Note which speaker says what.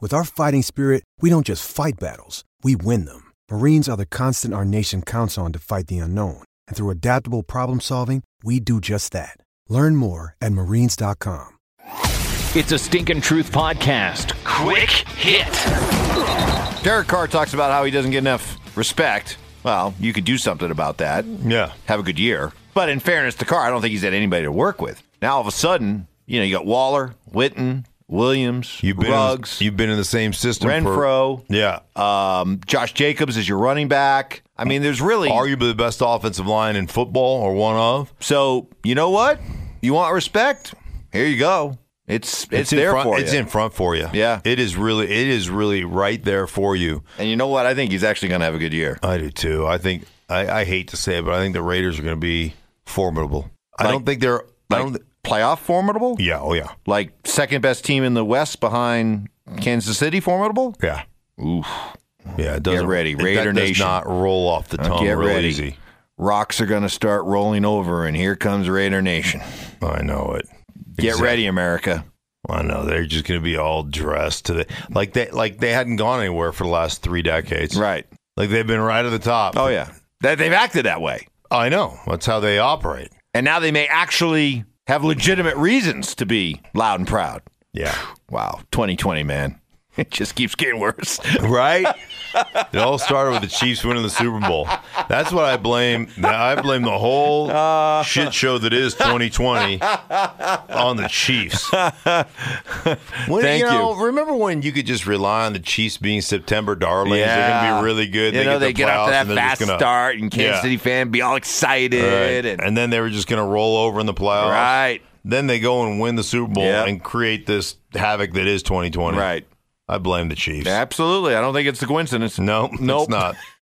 Speaker 1: With our fighting spirit, we don't just fight battles, we win them. Marines are the constant our nation counts on to fight the unknown. And through adaptable problem solving, we do just that. Learn more at marines.com.
Speaker 2: It's a Stinkin' Truth podcast. Quick hit.
Speaker 3: Derek Carr talks about how he doesn't get enough respect. Well, you could do something about that. Yeah. Have a good year. But in fairness to Carr, I don't think he's had anybody to work with. Now, all of a sudden, you know, you got Waller, Witten, Williams,
Speaker 4: You've been
Speaker 3: Ruggs,
Speaker 4: In, you've been in the same system.
Speaker 3: Renfro,
Speaker 4: For, yeah.
Speaker 3: um, Josh Jacobs is your running back. I mean, there's really.
Speaker 4: Arguably the best offensive line in football, or one of.
Speaker 3: so, you know what? You want respect? Here you go. It's it's,
Speaker 4: in
Speaker 3: there
Speaker 4: front,
Speaker 3: for
Speaker 4: It's
Speaker 3: you.
Speaker 4: in front for you.
Speaker 3: Yeah.
Speaker 4: It is really. It is really right there for you.
Speaker 3: and you know what? I think he's actually going to have a good year.
Speaker 4: I do too. I think. I, I hate to say it, but I think the Raiders are going to be formidable. I
Speaker 3: Like-
Speaker 4: don't think they're. I
Speaker 3: Like,
Speaker 4: don't. thi-
Speaker 3: playoff formidable?
Speaker 4: Yeah. Oh yeah.
Speaker 3: Like second best team in the West behind Kansas City formidable?
Speaker 4: Yeah.
Speaker 3: Oof.
Speaker 4: Yeah. It doesn't.
Speaker 3: ready,
Speaker 4: it-
Speaker 3: Raider
Speaker 4: that does
Speaker 3: Nation.
Speaker 4: not roll off the
Speaker 3: Now
Speaker 4: tongue
Speaker 3: get
Speaker 4: real
Speaker 3: ready.
Speaker 4: easy.
Speaker 3: Rocks are going to start rolling over, and here comes Raider Nation.
Speaker 4: I know it.
Speaker 3: Get ready, America.
Speaker 4: I know they're just going to be all dressed to the like they like they hadn't gone anywhere for the last three decades.
Speaker 3: Right.
Speaker 4: Like they've been right at the top.
Speaker 3: Oh, yeah. That They've acted that way.
Speaker 4: I know. That's how they operate.
Speaker 3: And now they may actually have legitimate reasons to be loud and proud.
Speaker 4: Yeah.
Speaker 3: Wow. 2020, man. It just keeps getting worse.
Speaker 4: Right? it all started with the Chiefs winning the Super Bowl. That's what I blame. I blame the whole shit show that is 2020 on the Chiefs. When,
Speaker 3: Thank you.
Speaker 4: know, Remember when you could just rely on the Chiefs being September darlings? They're going to be really good.
Speaker 3: You know, they get off
Speaker 4: off
Speaker 3: to that fast start, and Kansas
Speaker 4: Yeah.
Speaker 3: City fan be all excited.
Speaker 4: And,
Speaker 3: And,
Speaker 4: then they were just going to roll over in the playoffs.
Speaker 3: Right.
Speaker 4: Then they go and win the Super Bowl
Speaker 3: Yep.
Speaker 4: and create this havoc that is 2020.
Speaker 3: Right.
Speaker 4: I blame the Chiefs.
Speaker 3: Absolutely. I don't think it's a coincidence.
Speaker 4: No,
Speaker 3: Nope.
Speaker 4: it's not.